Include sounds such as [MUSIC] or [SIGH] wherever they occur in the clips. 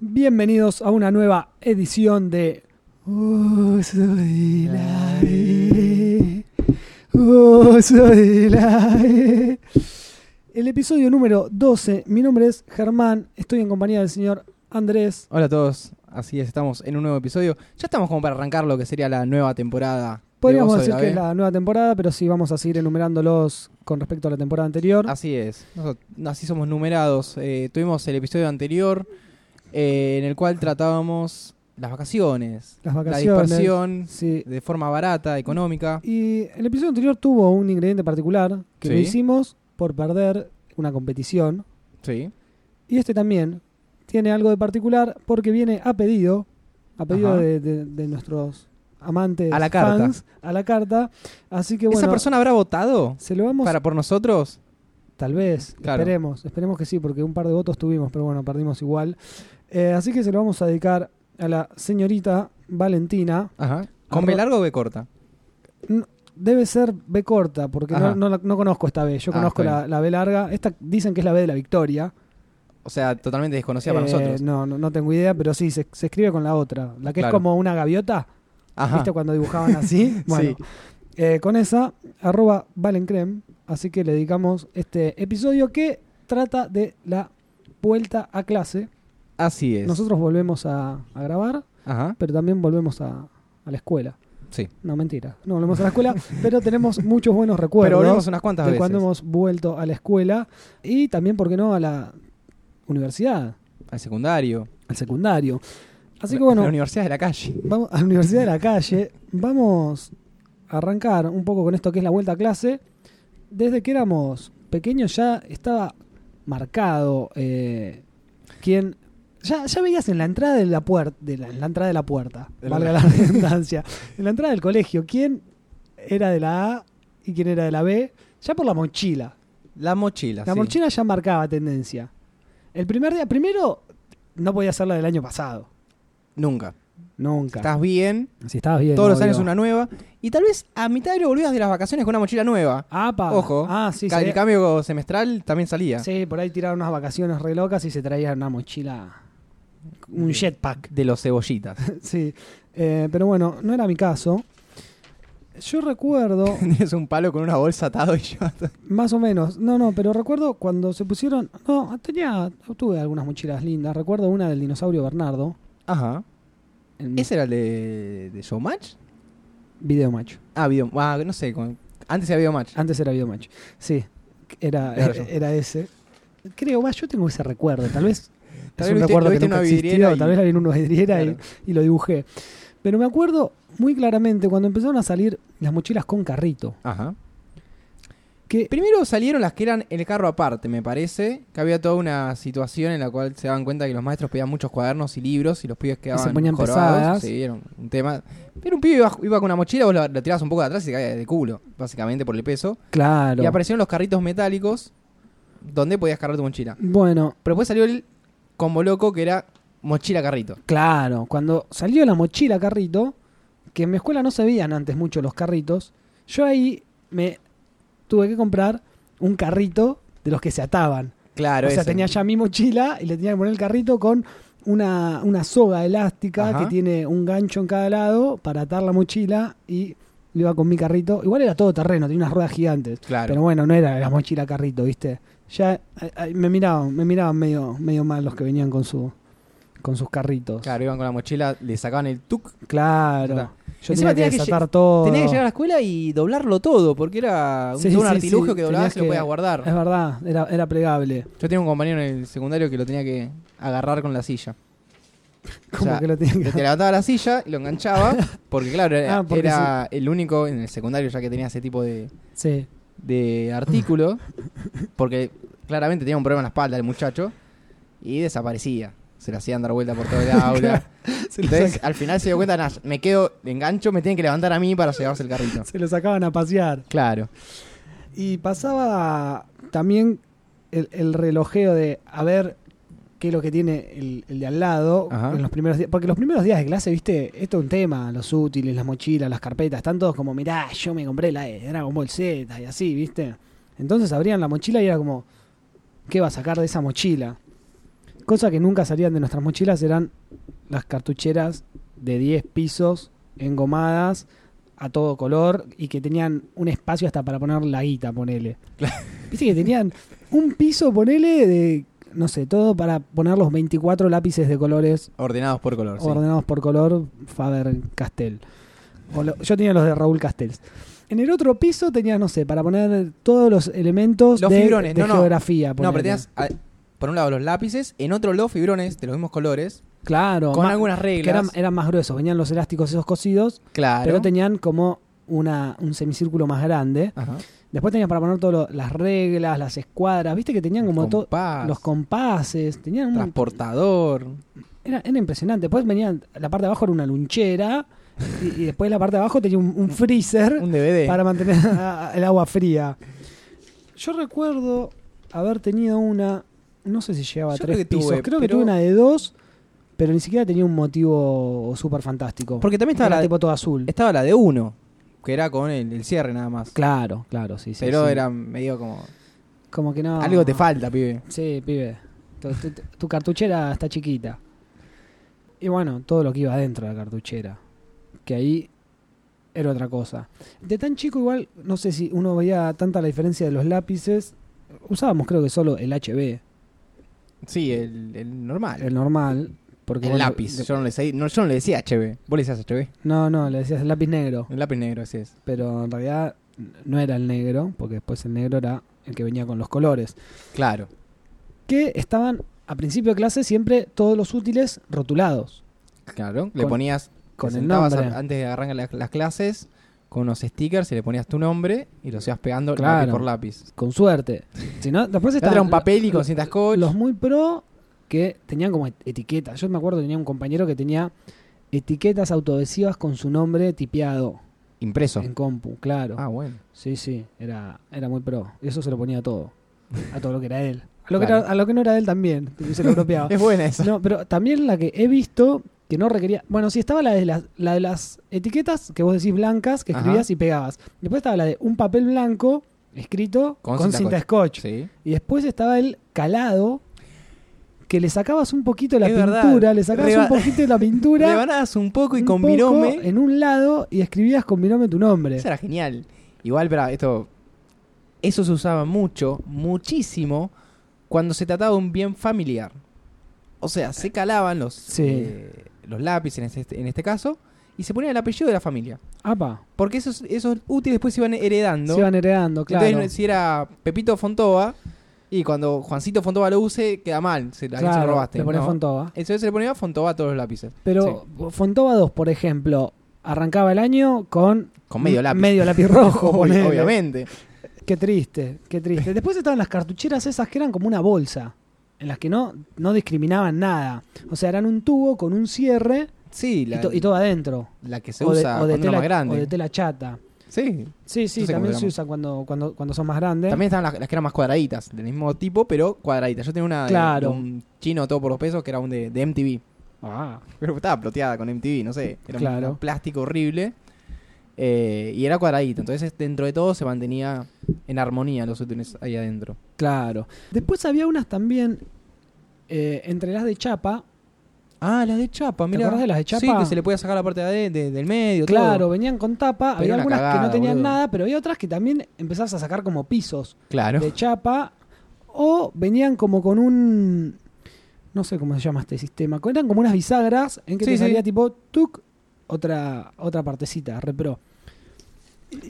Bienvenidos a una nueva edición de Oh, soy la E. Oh, soy la E. El episodio número 12. Mi nombre es Germán. Estoy en compañía del señor Andrés. Hola a todos, así es, estamos en un nuevo episodio. Ya estamos como para arrancar lo que sería la nueva temporada. de Podríamos Vos Soy decir la E. que B. es la nueva temporada, pero sí vamos a seguir enumerándolos con respecto a la temporada anterior. Así es, nosotros- así somos numerados. Eh, tuvimos el episodio anterior eh, en el cual tratábamos las vacaciones, Las la vacaciones. dispersión Sí. de forma barata, económica. Y el episodio anterior tuvo un ingrediente particular que lo Sí. hicimos por perder una competición. Sí, Y este también tiene algo de particular porque viene a pedido, a pedido Ajá. de, de- de nuestros amantes A la carta. fans, a la carta. Así que bueno, ¿Esa persona habrá votado se lo vamos, para por nosotros? tal vez, Claro. esperemos, esperemos que sí, porque un par de votos tuvimos, pero bueno, perdimos igual. Eh, así que se lo vamos a dedicar a la señorita Valentina. Ajá. ¿Con Arro- B largo o B corta? Debe ser B corta, porque no, Ajá. no la- no conozco esta B. Yo Ah, conozco está la, la B larga. Esta dicen que es la B de la victoria. O sea, totalmente desconocida para Eh, nosotros. No, no, no tengo idea, pero sí, se, se escribe con la otra. La que Claro. es como una gaviota. Ajá. ¿Viste cuando dibujaban así? Bueno, [LAUGHS] Sí. eh, con esa, arroba valencrem. Así que le dedicamos este episodio que trata de la vuelta a clase. Así es. Nosotros volvemos a, a grabar, Ajá. pero también volvemos a, a la escuela. Sí. No, mentira. No volvemos a la [LAUGHS] escuela, pero tenemos muchos buenos Pero recuerdos volvemos unas cuantas de veces. cuando hemos vuelto a la escuela y también, ¿por qué no?, a la universidad, Al secundario. al secundario. Así que La- bueno, La universidad de la calle. Vamos a la Universidad de la Calle. Vamos a arrancar un poco con esto que es la vuelta a clase. Desde que éramos pequeños ya estaba marcado eh, quién. Ya, ya veías en la entrada de la puerta, de la, en la entrada de la puerta, De la- valga la [LAUGHS] redundancia, en la entrada del colegio, quién era de la A y quién era de la B, ya por la mochila. La mochila. La sí. mochila ya marcaba tendencia. El primer día, primero, no podía ser la del año pasado, Nunca. nunca. Estás bien. si estabas bien. todos los obvio. años una nueva. Y tal vez a mitad de año volvías de las vacaciones con una mochila nueva. Apa. Ojo. Ah, sí, Ca- se- el cambio semestral también salía. sí, por ahí tiraron unas vacaciones re locas y se traían una mochila, un De- jetpack. [LAUGHS] De los cebollitas. sí, Eh, pero bueno, no era mi caso. Yo recuerdo, [LAUGHS] Tenías un palo con una bolsa atado y yo. más o menos, no, no, pero recuerdo cuando se pusieron, no, tenía, tuve algunas mochilas lindas. Recuerdo una del dinosaurio Bernardo, Ajá. en mi ¿Ese era el de, de Showmatch? video macho. Ah, video. Ah, no sé. con- Antes era Videomatch. Antes era video macho. Sí, era, eh, Claro, yo. era ese. Creo, va, yo tengo ese recuerdo, tal [LAUGHS] vez. Tal es un vez lo viste- recuerdo lo que viste en nunca una existió, vidriera y- tal vez la vi en una vidriera y- Claro. y lo dibujé. Pero me acuerdo muy claramente cuando empezaron a salir las mochilas con carrito. Ajá. Que Primero salieron las que eran el carro aparte, me parece. Que había toda una situación en la cual se daban cuenta que los maestros pedían muchos cuadernos y libros y los pibes quedaban ponían jorobados. pesadas. Sí, era un- un tema. Pero un pibe iba, iba con una mochila, vos la, la tirabas un poco de atrás y se caía de culo, básicamente por el peso. claro. Y aparecieron los carritos metálicos donde podías cargar tu mochila. Bueno, Pero después salió el combo loco que era mochila carrito. claro, cuando salió la mochila carrito, que en mi escuela no se veían antes mucho los carritos, yo ahí me tuve que comprar un carrito de los que se ataban. Claro, o sea, ese. tenía ya mi mochila y le tenía que poner el carrito con una, una soga elástica Ajá. que tiene un gancho en cada lado para atar la mochila y iba con mi carrito. Igual era todo terreno, tenía unas ruedas gigantes. Claro. Pero bueno, no era la mochila carrito, ¿viste? Ya eh, eh, me miraban, me miraban medio, medio mal los que venían con su con sus carritos. Claro, iban con la mochila, le sacaban el tuc. Claro. Ya está. Yo Encima tenía que tenía que desatar todo. Tenías que llegar a la escuela y doblarlo todo, porque era un, Oh. Sí, todo un sí, sí, artilugio que doblabas tenías y lo que- podías guardar. Es verdad, era, era plegable. Yo tenía un compañero en el secundario que lo tenía que agarrar con la silla. Como sea, que lo tenía Le [LAUGHS] que... te levantaba la silla y lo enganchaba, porque claro, era, Ah, porque era el único en el secundario ya que tenía ese tipo de, Sí. de artículo, porque claramente tenía un problema en la espalda el muchacho, y desaparecía. Se le hacían dar vuelta por [LAUGHS] todo el aula. Se lo, Entonces, saca- al final se dio cuenta, "Nah, me quedo, le engancho, me tienen que levantar a mí para llevarse el carrito. se lo sacaban a pasear. Claro. Y pasaba también el, el relojeo de a ver qué es lo que tiene el, el de al lado Ajá. en los primeros días. Porque los primeros días de clase, viste, esto es un tema, los útiles, las mochilas, las carpetas, están todos como, mirá, yo me compré la de Dragon Ball Z y así, viste. Entonces abrían la mochila y era como, ¿qué va a sacar de esa mochila? Cosa que nunca salían de nuestras mochilas eran las cartucheras de 10 pisos engomadas a todo color y que tenían un espacio hasta para poner la guita, ponele. Viste que tenían un piso, ponele, de, no sé, todo para poner los 24 lápices de colores Ordenados por color, Ah, sí. ordenados por color Faber Castell. O lo- yo tenía los de Raúl Castells. En el otro piso tenías, no sé, para poner todos los elementos Los de, fibrones, de no, no. geografía. No, pero ponele. tenías, a- por un lado, los lápices, en otro, los fibrones de los mismos colores, Claro, con ma- algunas que eran, reglas. eran más gruesos. Venían los elásticos esos cosidos, claro. pero tenían como una, un semicírculo más grande. Ajá. Después tenías para poner todas las reglas, las escuadras. Viste que tenían como todo. Compás, Los compases, tenían un, transportador. era, era impresionante. Después venían, la parte de abajo era una lunchera y, y después la parte de abajo tenía un, un freezer. Un DVD. para mantener a- el agua fría. Yo recuerdo haber tenido una, no sé si llegaba a Yo tres creo que pisos, tuve, creo que pero- tuve una de dos, pero ni siquiera tenía un motivo súper fantástico. Porque también estaba Era la, tipo todo azul. estaba la de uno, que era con el, el cierre nada más. Claro, claro, sí, sí. pero sí. era medio como. Como que no... Algo te falta, pibe. Sí, pibe. Tu, tu- tu cartuchera está chiquita. Y bueno, todo lo que iba adentro de la cartuchera. Que ahí era otra cosa. De tan chico igual, no sé si uno veía tanta la diferencia de los lápices. Usábamos creo que solo el HB, Sí, el, el normal. el normal. Porque El bueno, lápiz. de- Yo, no le, sé- no, yo no le decía HB. Vos le decías HB. no, no, le decías el lápiz negro. El lápiz negro, así es. Pero en realidad no era el negro, porque después el negro era el que venía con los colores. Claro. Que estaban a principio de clase siempre todos los útiles rotulados. Claro. Le Con- ponías. Con te el sentabas nombre. a- antes de arrancar las, las clases con unos stickers y le ponías tu nombre y los ibas pegando Claro. lápiz por lápiz. con suerte. Si no, después Yo estaban traía un papel y con cintas lo- coach. los muy pro que tenían como et- etiquetas. Yo me acuerdo tenía un compañero que tenía etiquetas autoadhesivas con su nombre tipeado Impreso. en compu, claro. Ah, bueno. Sí, sí, era, era muy pro. Y eso se lo ponía a todo, a todo lo que era él. A lo, que, Claro. era- a lo que no era él también, [LAUGHS] se lo copiaba. Es buena esa. No, pero también la que he visto que no requería. Bueno, sí, estaba la de las, la de las etiquetas que vos decís blancas, que Ajá. escribías y pegabas. Después estaba la de un papel blanco escrito Con con, cinta cinta, scotch. Sí. Y después estaba el calado, que le sacabas un poquito la Es verdad. pintura, le sacabas Reba- un poquito de la [LAUGHS] pintura. Rebanabas un poco y un con poco binome. En un lado y escribías con binome tu nombre. Eso era genial. Igual, pero esto. Eso se usaba mucho, muchísimo, cuando se trataba de un bien familiar. O sea, se calaban los, Sí. eh, los lápices en este, en este caso y se ponía el apellido de la familia. Apa, Porque esos, esos útiles después se iban heredando. se iban heredando, claro. Entonces, si era Pepito Fontova y cuando Juancito Fontova lo use, queda mal. Se, la se Claro, lo robaste. le ponés ¿no? Fontova. Entonces se le ponía Fontova a todos los lápices. Pero Fontova 2, por ejemplo, arrancaba el año con Sí. Con medio m- lápiz. medio lápiz [LAUGHS] rojo, Ob- ponele. Obviamente. Qué triste, qué triste. Después estaban las cartucheras esas que eran como una bolsa, en las que no, no discriminaban nada. O sea, eran un tubo con un cierre Sí, la, y, to- y todo adentro. la que se o de, usa o de cuando uno tela, es más grande. o de tela chata. Sí. Sí, sí, No sé cómo también se se llama. usa cuando, cuando, cuando son más grandes. También estaban las, las que eran más cuadraditas, del mismo tipo, pero cuadraditas. Yo tenía una de, Claro. de un chino todo por los pesos que era un de, de MTV. Ah, [LAUGHS] Pero estaba ploteada con MTV, no sé. Era un- Claro. un plástico horrible. eh, y era cuadradita. Entonces, dentro de todo, se mantenía en armonía los útiles ahí adentro. claro. Después había unas también, eh, entre las de chapa. Ah, las de chapa, mira. acordás de las de Sí, chapa? que se le podía sacar la parte de, ade- de- del medio, Claro, todo. venían con tapa. era había una algunas que cagada, no tenían boludo. nada, pero había otras que también empezabas a sacar como pisos. Claro. de chapa o venían como con un no sé cómo se llama este sistema, co- eran como unas bisagras en que Sí, te sí. salía tipo tuk otra otra partecita, repro.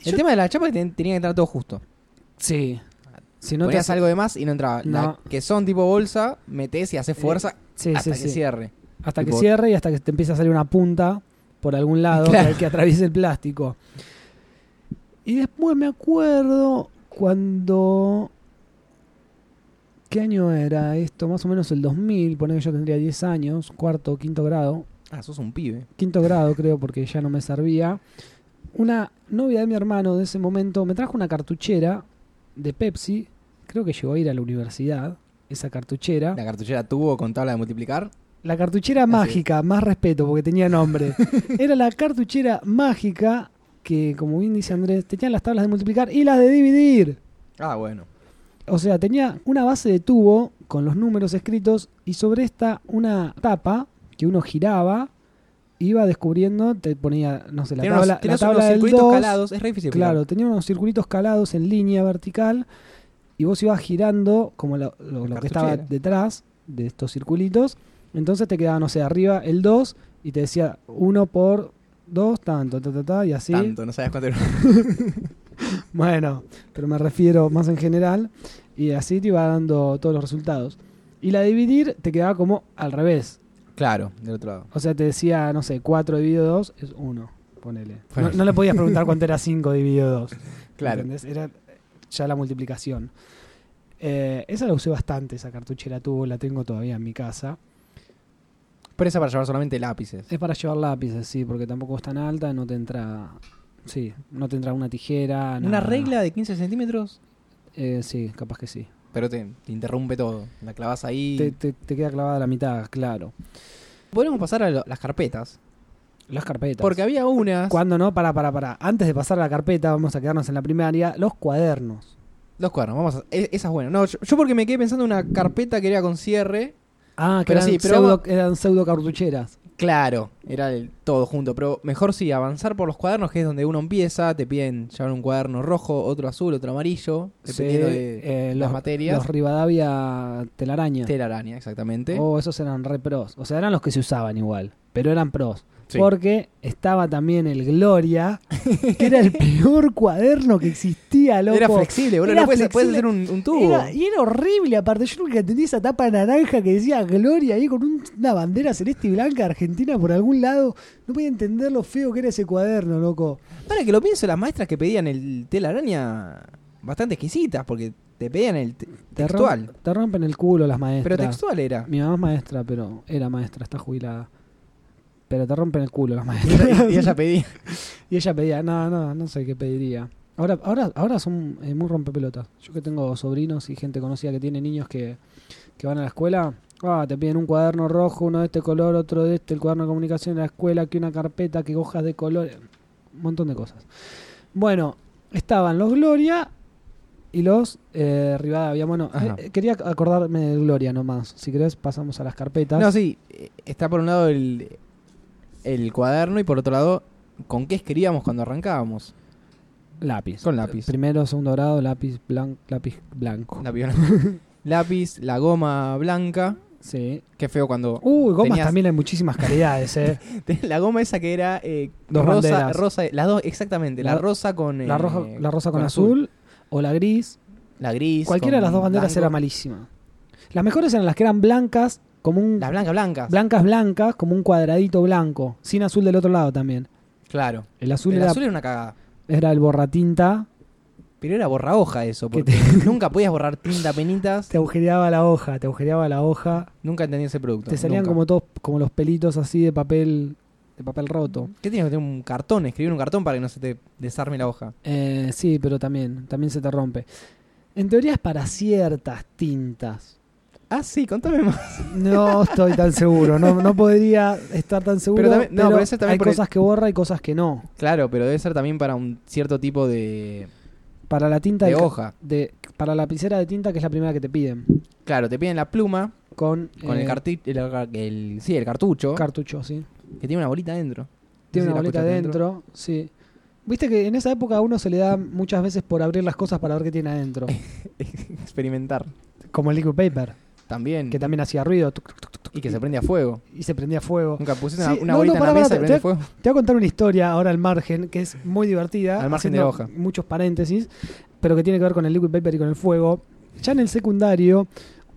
El tema de la chapa es que ten- tenía que entrar todo justo. Sí. Si no te Ponías hace- algo de más y no entraba. La No. Eh, que son tipo bolsa, metes y haces fuerza Sí, hasta sí, que sí. cierre. Hasta que Tipo- cierre y hasta que te empieza a salir una punta por algún lado que- Claro. que atraviese el plástico. Y después me acuerdo cuando... ¿Qué año era esto? Más o menos el 2000, pone que yo tendría 10 años, cuarto o quinto grado. Ah, sos un pibe. quinto grado creo porque ya no me servía, una novia de mi hermano de ese momento me trajo una cartuchera de Pepsi, creo que llegó a ir a la universidad, esa cartuchera, La la, cartuchera tuvo con tabla de multiplicar. cartuchera mágica, más respeto porque tenía [LAUGHS] nombre, era la cartuchera mágica que como bien dice Andrés, tenía las tablas de multiplicar y las de dividir. Ah, bueno. O sea, tenía una base de tubo con los números escritos y sobre esta una tapa que uno giraba iba descubriendo, te ponía, no sé, la Tenés tabla, unos, tenés la unos tabla del circuitos 2, calados, es re difícil. Claro, tenía unos circulitos calados en línea vertical y vos ibas girando como lo, lo- lo que estaba Cartuchera. detrás de estos circulitos. Entonces te quedaba, no sé, arriba el 2 y te decía 1 por 2, tanto, ta, ta, ta, y así. Tanto, no sabes cuánto era. [LAUGHS] [LAUGHS] Bueno, pero me refiero más en general. Y así te iba dando todos los resultados. Y la de dividir te quedaba como al revés. Claro, del otro lado. O sea, te decía, no sé, 4 dividido 2 es 1. Ponele. No, Bueno. no le podías [LAUGHS] preguntar cuánto era 5 dividido 2. Claro. ¿Entendés? Era ya la multiplicación. Eh, esa la usé bastante, esa cartuchera tubo, la tengo todavía en mi casa. Pero esa para llevar solamente lápices. Es para llevar lápices, sí, porque tampoco es tan alta, no te entra. Sí, no te entra una tijera. Una nada. regla de 15 centímetros, Eh, sí, capaz que sí. pero te, te interrumpe todo. La clavas ahí. Te, te- te queda clavada la mitad, claro. Podemos pasar a lo- las carpetas. Las carpetas. Porque había unas. Cuando no, para, para, para. Antes de pasar a la carpeta, vamos a quedarnos en la primaria. Los cuadernos. Los cuadernos, vamos a. e- Esa es buena. No, yo, yo porque me quedé pensando en una carpeta que era con cierre. Ah, que Pero eran, sí, pero- pseudo, eran pseudo cartucheras. Claro, era el- todo junto. Pero mejor sí, avanzar por los cuadernos, que es donde uno empieza. Te piden llevar un cuaderno rojo, otro azul, otro amarillo. Dependiendo Sí, de eh, las los, materias. Los Rivadavia telaraña. telaraña, exactamente. Oh, esos eran re pros. O sea, eran los que se usaban igual, pero eran pros. Sí. Porque estaba también el [LAUGHS] Gloria, que era el peor cuaderno que existía, loco. Era flexible, boludo. Era no puedes, puedes flexible. hacer un, un tubo. Era- y era horrible, aparte. Yo nunca entendí esa tapa naranja que decía Gloria ahí con un- una bandera celeste y blanca argentina por algún lado. No podía entender lo feo que era ese cuaderno, loco. Para que lo pienso, las maestras que pedían el telaraña, bastante exquisitas, porque te pedían el te- Te rom- textual. te rompen el culo las maestras. Pero [LAUGHS] textual era. Mi mamá es maestra, pero era maestra, está jubilada. Pero te rompen el culo las [LAUGHS] Y maestras. ella- y ella pedía. Y ella pedía, no, no, no sé qué pediría. Ahora, ahora, ahora son eh, muy rompepelotas. Yo que tengo sobrinos y gente conocida que tiene niños que, que van a la escuela, ah, te piden un cuaderno rojo, uno de este color, otro de este, el cuaderno de comunicación de la escuela, que una carpeta, que hojas de color, eh, un montón de cosas. Bueno, estaban los Gloria y los eh, Rivadavia. Bueno, Ajá. eh, quería acordarme del Gloria nomás. Si querés pasamos a las carpetas. No, sí. eh, Está por un lado el, el cuaderno y por otro lado, ¿con qué escribíamos cuando arrancábamos? Lápiz. Con lápiz. Primero, segundo grado, lápiz, blan- lápiz blanco. La piola. [LAUGHS] Lápiz, la goma blanca. Sí, Qué feo cuando. Uy, gomas Tenías- también hay muchísimas [LAUGHS] calidades, ¿eh? [LAUGHS] La goma esa que era. eh, Dos rosa, banderas. rosa. Las dos, exactamente. La, La- rosa con. La eh, roja, la rosa con, azul, o la gris. La gris. Cualquiera de con las dos banderas blanco. era malísima. Las mejores eran las que eran blancas, como un. Las blancas, blancas. Blancas, blancas, como un cuadradito blanco. Sin azul del otro lado también. claro. El azul, el era, azul era una cagada. era el borratinta. Pero era borra hoja eso, Que porque nunca podías borrar tinta penitas. Te agujereaba la hoja, te agujereaba la hoja. Nunca entendí ese producto. te salían nunca. como todos, como los pelitos así de papel. De papel roto. ¿Qué tienes que tener un cartón? Escribir un cartón para que no se te desarme la hoja. Eh, sí, pero también, también se te rompe. En teoría es para ciertas tintas. Ah, sí, contame más. No estoy tan seguro, no, no podría estar tan seguro. Pero, Pero también- no, pero eso también hay por el- cosas que borra y cosas que no. Claro, pero debe ser también para un cierto tipo de, Para la tinta de del ca- hoja. de- para la lapicera de tinta que es la primera que te piden Claro, te piden la pluma con, con eh, el, carti- el, car- el- sí, el cartucho cartucho, sí. que tiene una bolita dentro. Tiene No sé si una la bolita escuchaste adentro, sí. Viste que en esa época a uno se le da muchas veces por abrir las cosas para ver qué tiene [LAUGHS] adentro, dentro. Experimentar. como el liquid paper, También. que también hacía ruido tuc, tuc, tuc, tuc, Mm. y que se prende a fuego. y se prendía fuego. Nunca pusiste una, Sí, una no, bolita no, pará, en la mesa pará, y prende te- fuego. Te voy a contar una historia ahora al margen, que es muy divertida. Al margen de haciendo la hoja. Muchos paréntesis, pero que tiene que ver con el liquid paper y con el fuego. Ya en el secundario,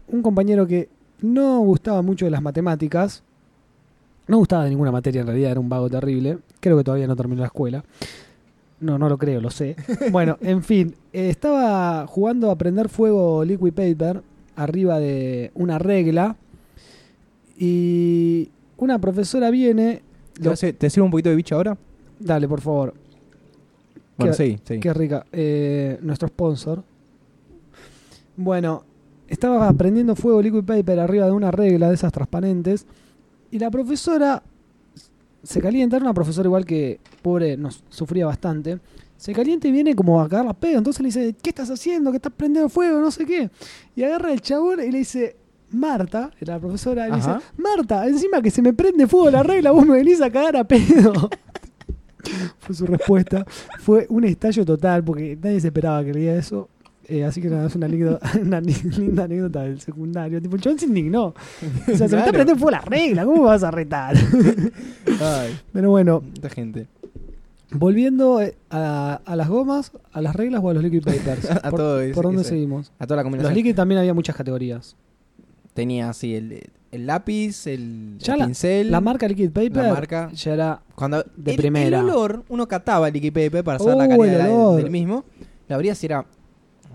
un compañero que no gustaba mucho de las matemáticas, no gustaba de ninguna materia en realidad, era un vago terrible. Creo que todavía no terminó la escuela. No, no lo creo, lo [LAUGHS] sé. Bueno, en fin, eh, estaba jugando a prender fuego liquid paper arriba de una regla y una profesora viene. lo- No sé, ¿Te sirve un poquito de bicho ahora? Dale, por favor. Bueno, ¿Qué- sí, sí. Qué rica. Eh, nuestro sponsor. Bueno, estaba prendiendo fuego liquid paper arriba de una regla de esas transparentes. Y la profesora se calienta, era una profesora igual que, pobre, nos sufría bastante. Se calienta y viene como a cagar las pedo. Entonces le dice, ¿qué estás haciendo? ¿Qué estás prendiendo fuego? No sé qué. Y agarra el chabón y le dice, Marta, la profesora, le dice, Ajá. Marta, encima que se me prende fuego la regla, vos me venís a cagar a pedo. [LAUGHS] Fue su respuesta. Fue un estallo total porque nadie se esperaba que le diga eso. Eh, así que nada, es una, anécdota, [LAUGHS] una ni- linda anécdota del secundario. Tipo, el chabón se indignó. O sea, se me está Claro. prendiendo fuego la regla, ¿cómo me vas a retar? Ay, Pero bueno, esta gente. Volviendo eh, a, a las gomas, a las reglas o a los [LAUGHS] liquid papers. [LAUGHS] A ¿Por, todo ese- por dónde ese- seguimos? A toda la Los combinación. liquid también había muchas categorías. Tenía así el, el lápiz, el, Ya el la- pincel, La marca liquid paper la marca. ya era Cuando de el- primera. El olor, uno cataba el liquid paper para saber Oh, la el calidad del- olor. del mismo. La abrías si era.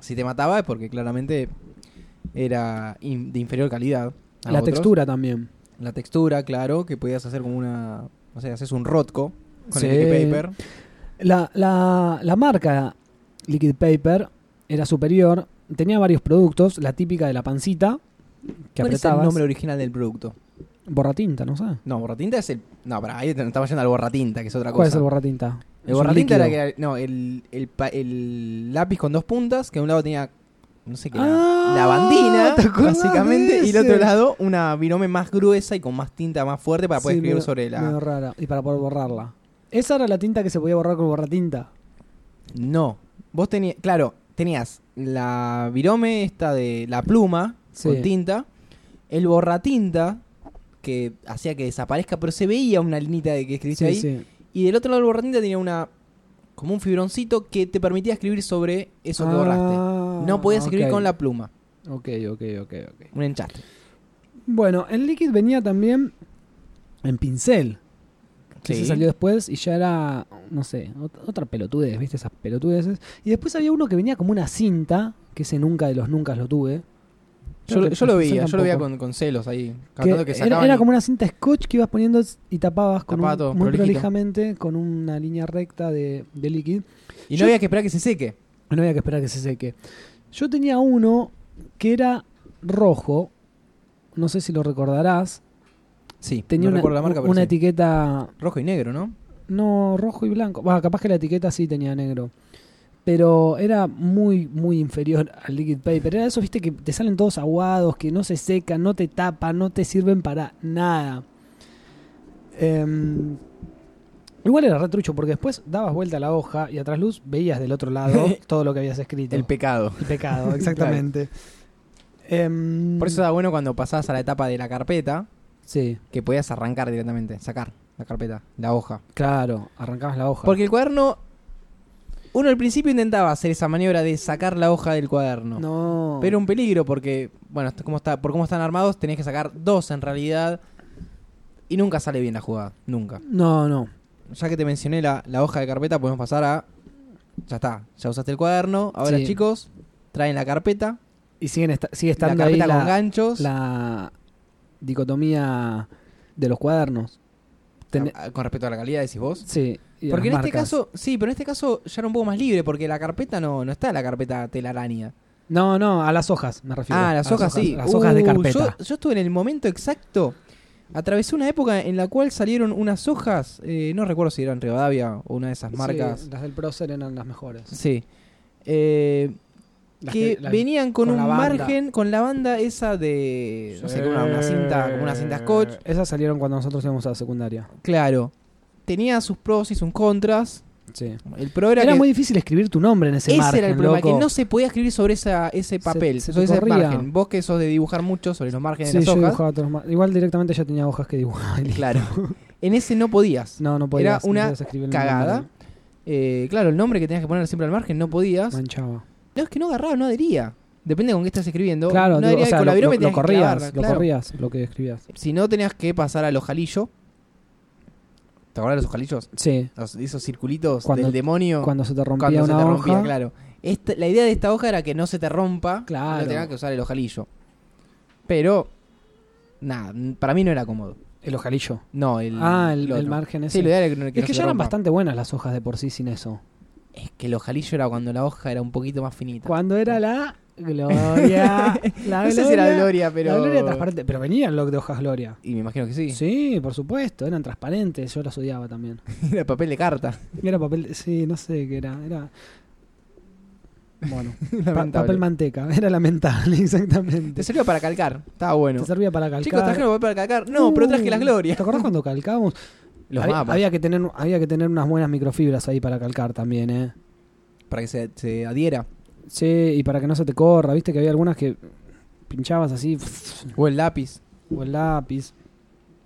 Si te mataba es porque claramente era in- de inferior calidad. a la otros. textura también. La textura, claro, que podías hacer como una. No sé, haces un rotco con Sí. el liquid paper. La, la- la marca liquid paper era superior. Tenía varios productos. La típica de la pancita, que ¿Cuál es el apretabas. nombre original del producto? Borratinta, no sé. No, borratinta es el. No, pero ahí te estamos yendo al borratinta, que es otra cosa. ¿Cuál es el borratinta? Es El un borratinta era líquido. que. No, el, el, pa- el lápiz con dos puntas, que a un lado tenía. No sé qué. era, Ah, lavandina, ¿te acordás de básicamente. Y el ese? otro lado, una virome más gruesa y con más tinta más fuerte para poder Sí, escribir medio- sobre la. medio rara. Y para poder borrarla. Esa era la tinta que se podía borrar con borratinta. No. Vos tenías. Claro, tenías la virome esta de la pluma Sí. con tinta. El borratinta, que hacía que desaparezca, pero se veía una linita de que escribiste ahí. sí. Y del otro lado del borratinta tenía una. como un fibroncito que te permitía escribir sobre eso que Ah, borraste. No podías escribir con la pluma. Ok, ok, ok, ok. Un enchaste. Bueno, el Liquid venía también en pincel. Que se salió después y ya era, no sé, ot- otra pelotudez, ¿viste? Esas pelotudeces. Y después había uno que venía como una cinta, que ese nunca de los nunca lo tuve. Creo Yo, que yo lo en veía, pincel yo lo veía tampoco. con, con celos ahí. Que Cantando que, era, sacaban era y- como una cinta scotch que ibas poniendo y tapabas con Tapaba un- todo, muy prolijito. prolijamente con una línea recta de, de líquido. Y yo- no había que esperar que se seque. No había que esperar que se seque. Yo tenía uno que era rojo. No sé si lo recordarás. Sí, Tenía no una, recuerdo la marca, pero una sí. etiqueta. Rojo y negro, ¿no? No, rojo y blanco. Va, capaz que la etiqueta sí tenía negro. Pero era muy, muy inferior al liquid paper. Era eso, viste, que te salen todos aguados, que no se secan, no te tapan, no te sirven para nada. Em, igual era retrucho, porque después dabas vuelta a la hoja y atrás luz veías del otro [LAUGHS] lado todo lo que habías escrito. El [LAUGHS] pecado. El [LAUGHS] pecado, exactamente. Em, Por eso era bueno cuando pasabas a la etapa de la carpeta, Sí, que podías arrancar directamente, sacar la carpeta, la hoja. claro, arrancabas la hoja. Porque el cuaderno. Uno al principio intentaba hacer esa maniobra de sacar la hoja del cuaderno. no. Pero un peligro porque, bueno, esto como está, por cómo están armados, tenés que sacar dos en realidad. Y nunca sale bien la jugada, nunca. No, no. Ya que te mencioné la, la hoja de carpeta, podemos pasar a... Ya está, ya usaste el cuaderno. Ahora Sí. chicos, traen la carpeta. Y siguen esta- sigue La estando ahí carpeta con la, ganchos. la dicotomía de los cuadernos. ten- Ah, Con respecto a la calidad, decís vos. Sí. y de Porque en las este marcas. caso, sí, pero en este caso ya era un poco más libre, porque la carpeta no, no está la carpeta telaraña. No, no, a las hojas me refiero. Ah, las A hojas, sí. Las hojas de Uh, carpeta. Yo, yo estuve en el momento exacto. Atravesé una época en la cual salieron unas hojas, eh, no recuerdo si eran Rivadavia o una de esas marcas. Sí, las del Procer eran las mejores. Sí. Eh, Las que las- venían con, con un lavanda. margen con la banda esa de. No sé, como una, una cinta, como una cinta scotch. Esas salieron cuando nosotros íbamos a la secundaria. Claro. Tenía sus pros y sus contras. Sí. El pro era, Era, que muy difícil escribir tu nombre en ese, ese margen, era el problema, loco. que no se podía escribir sobre esa, ese papel, se te sobre ese corría. margen. Vos que sos de dibujar mucho sobre los márgenes Sí, de las yo hojas. dibujaba todos los ma- Igual directamente ya tenía hojas que dibujaba. y- Claro. [LAUGHS] en ese [LAUGHS] no podías. No, no podías. no una podías escribir el nombre, Cagada. Eh, claro, el nombre que tenías que poner siempre al margen no podías. Manchaba. No, es que no agarraba, no adhería. Depende con qué estás escribiendo. Claro, no digo, adhería, o sea, con la lo, virome lo- lo tenías que corrías, clavarla, lo claro. corrías, lo que escribías. Si no, tenías que pasar al ojalillo. ¿Te acordás de los ojalillos? Sí, Los- esos circulitos Cuando- del demonio. cuando se te rompía cuando se una te rompía, hoja. claro. Esta- la idea de esta hoja era que no se te rompa. Claro. No tenías que usar el ojalillo. Pero, nada, para mí no era cómodo. El ojalillo. No, el. ah, el, otro. el margen ese. Sí, lo ideal era que, no- que es no que ya se te eran rompa. bastante buenas las hojas de por sí sin eso. Es que el ojalillo era cuando la hoja era un poquito más finita. [LAUGHS] Cuando era la Gloria. La no sé si era Gloria, pero. La gloria transparente. Pero venía el lock de hojas Gloria. Y me imagino que sí. Sí, por supuesto, eran transparentes, yo las odiaba también. [LAUGHS] Era papel de carta. Era papel, sí, no sé qué era, era [LAUGHS] bueno, pa- Lamentable. papel manteca, era lamentable [LAUGHS] exactamente. Te sirvió para calcar. Estaba bueno. Te servía para calcar. Chicos, trajeron papel para calcar. No, pero traje Uh, las glorias. ¿Te acordás cuando calcábamos? [LAUGHS] Los había, mapas. había que tener había que tener unas buenas microfibras ahí para calcar también, eh. Para que se, se adhiera. Sí, y para que no se te corra, viste que había algunas que pinchabas así [SNIFFS] O el lápiz. o el lápiz.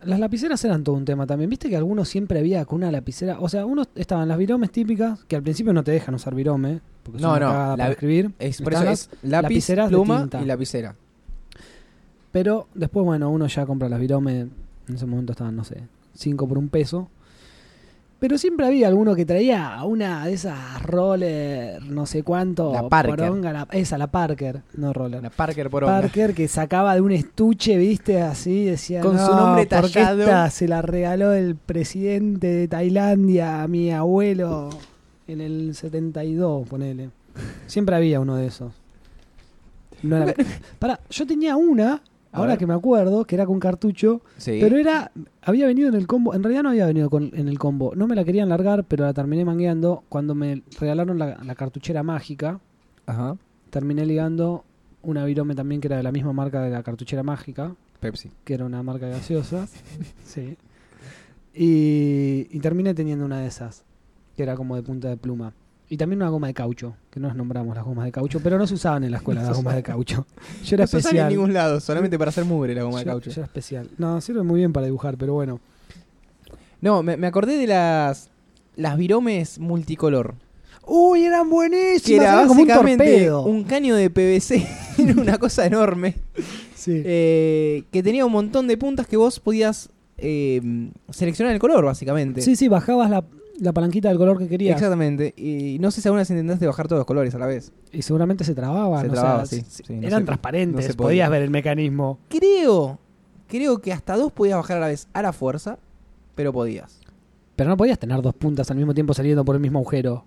Las lapiceras eran todo un tema también. Viste que algunos siempre había con una lapicera. O sea, unos estaban las viromes típicas, que al principio no te dejan usar virome. Porque No, son una no, cagada la- para escribir. Es, por eso Estaban es lápiz, lapiceras de pluma tinta. y lapicera. Pero después, bueno, uno ya compra las virome. En ese momento estaban, no sé, 5 por un peso. Pero siempre había alguno que traía una de esas roller, no sé cuánto. La Parker. poronga, la- esa, la Parker. No roller. La Parker por Parker que sacaba de un estuche, viste, así, decía. Con "No, su nombre porque tallado". esta se la regaló el presidente de Tailandia a mi abuelo en el 72, ponele. Siempre había uno de esos. No [LAUGHS] era- Pará, yo tenía una, A ahora ver. que me acuerdo, que era con cartucho, Sí. pero era. Había venido en el combo. En realidad no había venido con- en el combo. No me la querían largar, pero la terminé mangueando cuando me regalaron la- la cartuchera mágica Ajá. terminé ligando una virome también que era de la misma marca de la cartuchera mágica, Pepsi. que era una marca [LAUGHS] gaseosa. sí. Y, y terminé teniendo una de esas, que era como de punta de pluma. Y también una goma de caucho, que no las nombramos las gomas de caucho, pero no se usaban en la escuela No se las gomas de caucho. Yo era No se usa ni en especial. ningún lado, solamente para hacer mugre la goma de Yo- caucho. yo era especial. No, sirve muy bien para dibujar, pero bueno. No, me, me acordé de las las viromes multicolor. ¡Uy, eran Que buenísimas! era Era como un básicamente torpedo. un, caño de PVC, [LAUGHS] era una cosa enorme, Sí. eh, que tenía un montón de puntas que vos podías eh, seleccionar el color, básicamente. sí, sí, bajabas la, la palanquita del color que querías. Exactamente. Y no sé si alguna vez intentaste bajar todos los colores a la vez. Y seguramente se trababan. o Se sea, trababa, sí, se- sí, no eran se- transparentes, no se podía. podías ver el mecanismo. Creo, creo que hasta dos podías bajar a la vez a la fuerza, pero podías. Pero no podías tener dos puntas al mismo tiempo saliendo por el mismo agujero.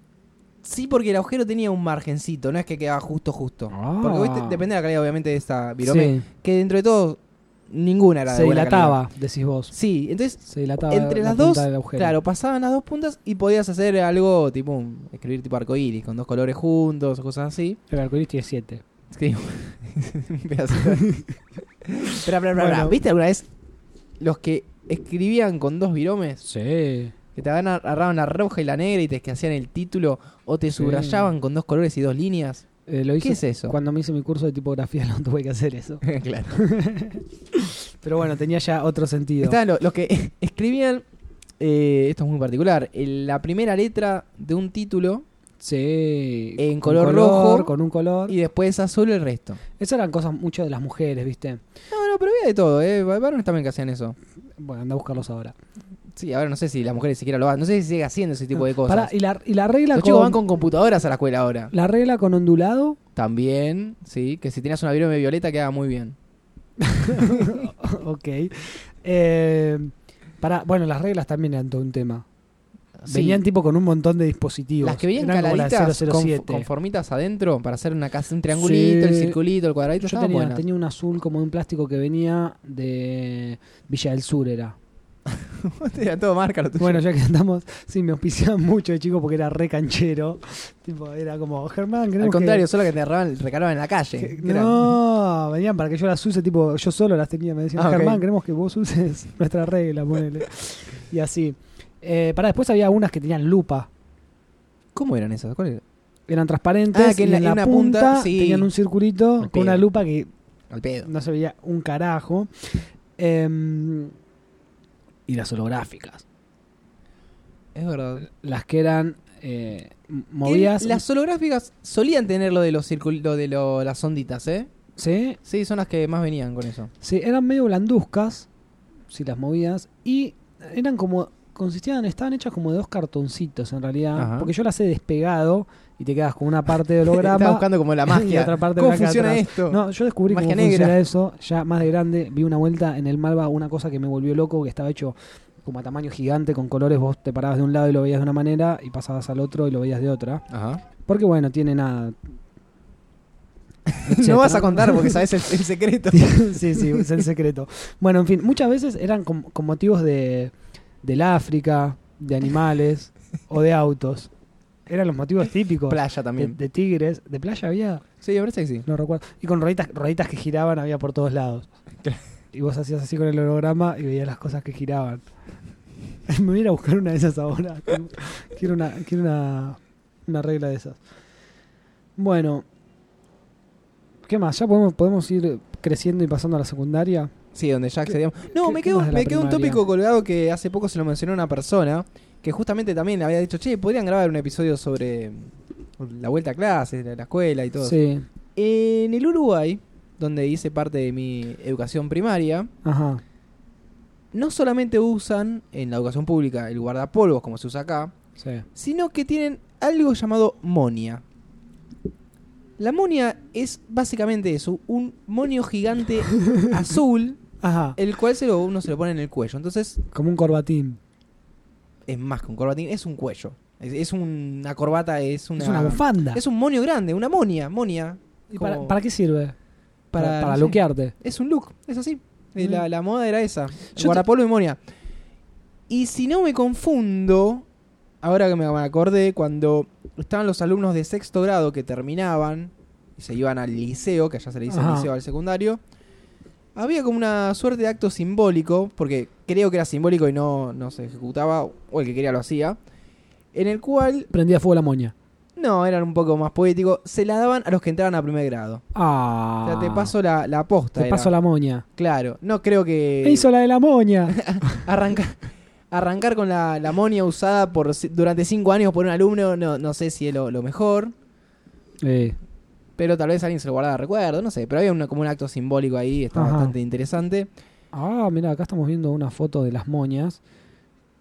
Sí, porque el agujero tenía un margencito, no es que quedaba justo, justo. Ah. Porque viste, depende de la calidad, obviamente, de esta virome. Sí, Que dentro de todo, ninguna era de se buena dilataba, calidad. decís vos. Sí, entonces Se dilataba Entre la las punta dos, del agujero. Claro, pasaban las dos puntas y podías hacer algo tipo, un- escribir tipo arcoíris, con dos colores juntos, o cosas así. El arcoíris tiene siete. Escribí [LAUGHS] un [LAUGHS] pedacito. Espera, espera, espera, espera. Bueno. ¿Viste alguna vez los que escribían con dos viromes? Sí. Que te agar- agarraban la roja y la negra y te que hacían el título o te Sí. subrayaban con dos colores y dos líneas. Eh, lo hice ¿Qué es eso? Cuando [LAUGHS] me hice mi curso de tipografía [LAUGHS] no tuve que hacer eso. [LAUGHS] claro. Pero bueno, tenía ya otro sentido. Estaban lo- los, que [LAUGHS] escribían, eh, esto es muy particular, el- la primera letra de un título Sí. En con color rojo. Con un color. y después azul el resto. Esas eran cosas mucho de las mujeres, ¿viste? No, no, pero había de todo, ¿eh? Va- Varones también que hacían eso. Bueno, anda a buscarlos ahora. Sí, a ver, no sé si las mujeres siquiera lo hacen. No sé si sigue haciendo ese tipo de cosas. Pará, y la, y la regla Los con, chicos van con computadoras a la escuela ahora. La regla con ondulado. También, sí, que si tenías una virome violeta queda muy bien. [LAUGHS] ok. Eh, para, bueno, las reglas también eran todo un tema. Sí, Venían tipo con un montón de dispositivos. las que venían Eran como las de caladitas con, 007. con formitas adentro para hacer una casa, un triangulito, el Sí. circulito, el cuadradito, Yo estaban tenía, buenas. [LAUGHS] tenía un azul como de un plástico que venía de Villa del Sur, [LAUGHS] era. Era todo marca lo tuyo. Bueno, ya que andamos, sí, me auspiciaban [LAUGHS] mucho de chico porque era re canchero. [LAUGHS] Tipo, era como, Germán, queremos al que- contrario, solo que te regalaban, regalaban en la que- calle. que eran- no, venían para que yo las use, tipo, yo solo las tenía. Me decían, Ah, ok. Germán, queremos que vos uses [LAUGHS] nuestra regla, ponele. y así. Eh, para después había unas que tenían lupa. ¿Cómo eran esas? ¿Cuál era? eran transparentes Ah, que y en en la- la, en una punta, punta, sí. tenían un circulito Al con una pedo. lupa que Al pedo. no se veía un carajo. Em, y las holográficas, Es verdad. las que eran eh, m- movidas, El- las holográficas solían tener lo de los circul- lo de lo- las onditas, ¿eh? ¿sí? Sí, son las que más venían con eso. Sí, eran medio blanduzcas, si las movías, y eran como, consistían, estaban hechas como de dos cartoncitos en realidad, Ajá. porque yo las he despegado y te quedas con una parte [LAUGHS] de Estaba holograma buscando como [LAUGHS] la y magia. otra parte ¿Cómo blanca funciona atrás. esto? No, yo descubrí Magia cómo negra. funciona eso ya más de grande. Vi una vuelta en el Malva una cosa que me volvió loco, que estaba hecho como a tamaño gigante, con colores. Vos te parabas de un lado y lo veías de una [LAUGHS] manera y pasabas al otro y lo veías de otra. Ajá. [LAUGHS] Porque bueno, tiene nada. No etcétera. vas a contar [LAUGHS] [LAUGHS] porque sabes el, el secreto. sí, sí, es el secreto. Bueno, en fin, muchas veces eran con, con motivos de del África, de animales o de autos. Eran los motivos típicos. [LAUGHS] Playa de, también. de tigres, de playa había, Sí, me parece que sí. no recuerdo. Y con rueditas, rueditas que giraban había por todos [LAUGHS] lados. Y vos hacías así con el holograma y veías las cosas que giraban. [LAUGHS] Me voy a ir a buscar una de esas ahora. [LAUGHS] Quiero- Quiero una, quiero una, una regla de esas. Bueno. ¿Qué más? ¿Ya podemos, podemos ir creciendo y pasando a la secundaria? Sí, donde ya accedíamos. No, qué- me qué quedó, más de la me quedó un primaria? tópico colgado que hace poco se lo mencionó una persona que justamente también le había dicho, che, podrían grabar un episodio sobre mm, la vuelta a clases, la la escuela y todo. Sí. En el Uruguay, donde hice parte de mi educación primaria, Ajá. no solamente usan en la educación pública el guardapolvos como se usa acá, Sí. sino que tienen algo llamado monia. La monia es básicamente eso, un [LAUGHS] monio gigante azul, Ajá. el cual se lo, uno se lo pone en el cuello. Entonces Como un corbatín. es más que un corbatín, es un cuello. Es, es una corbata, es una... es una bufanda. es un monio grande, una monia, monia. ¿Y para, como- para qué sirve? Para, para, no sé. luquearte. Es un look, es así. Eh, Mm. La, la moda era esa. te- Guardapolvo y monia. Y si no me confundo, ahora que me me acordé, cuando estaban los alumnos de sexto grado que terminaban y se iban al liceo, que allá se le dice Ajá. liceo al secundario, había como una suerte de acto simbólico, porque creo que era simbólico y no, no se ejecutaba, o el que quería lo hacía, en el cual, Prendía fuego la moña. no, eran un poco más poético, se la daban a los que entraban a primer grado. Ah. O sea, te paso la, la posta. Te era. paso la moña. Claro, no creo que... Me hizo la de la [LAUGHS] moña. Arranca- [LAUGHS] arrancar con la, la monia usada por ci- durante cinco años por un alumno, no, no sé si es lo, lo mejor. Eh, Pero tal vez alguien se lo guardaba de recuerdo, no sé. Pero había una- como un acto simbólico ahí, está Ajá. bastante interesante. Ah, mira, acá estamos viendo una foto de las moñas.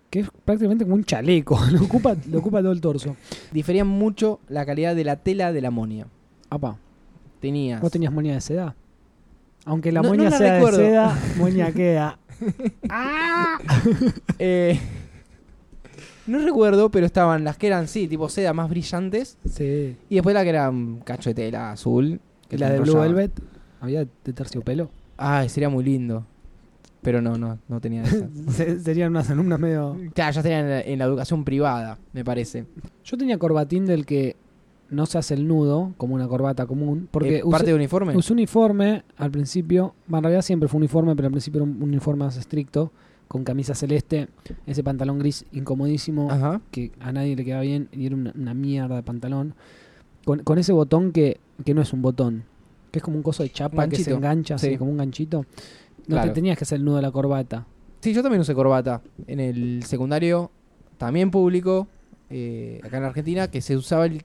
Que es prácticamente como un chaleco. [LAUGHS] Lo ocupa, lo ocupa todo el torso. Difería mucho la calidad de la tela de la monia. Apa, Tenías. vos tenías moña de seda. Aunque la No- no moña la sea recuerdo. de [LAUGHS] seda, moña queda. Eh, [LAUGHS] no recuerdo, pero estaban las que eran, sí, tipo seda más brillantes. Sí. Y después la que era un cacho de tela azul. que Y te la de Blue enrollaban. Velvet. Había de terciopelo. Ay, sería muy lindo. Pero no, no, no tenía esa. [LAUGHS] Se- Serían unas alumnas medio. Claro, ya tenían en la, en la educación privada, me parece. Yo tenía corbatín del que no se hace el nudo, como una corbata común. Porque Eh, usé- parte de uniforme. Usé uniforme al principio, bueno, en realidad siempre fue uniforme, pero al principio era un un uniforme más estricto, con camisa celeste, ese pantalón gris incomodísimo Ajá. que a nadie le quedaba bien y era una, una mierda de pantalón, con, con ese botón que, que no es un botón, que es como un coso de chapa que se Ganchito. engancha, así, Sí. como un ganchito. No Claro. te tenías que hacer el nudo de la corbata. Sí, yo también usé corbata en el secundario, también público, eh, acá en la Argentina, que se usaba el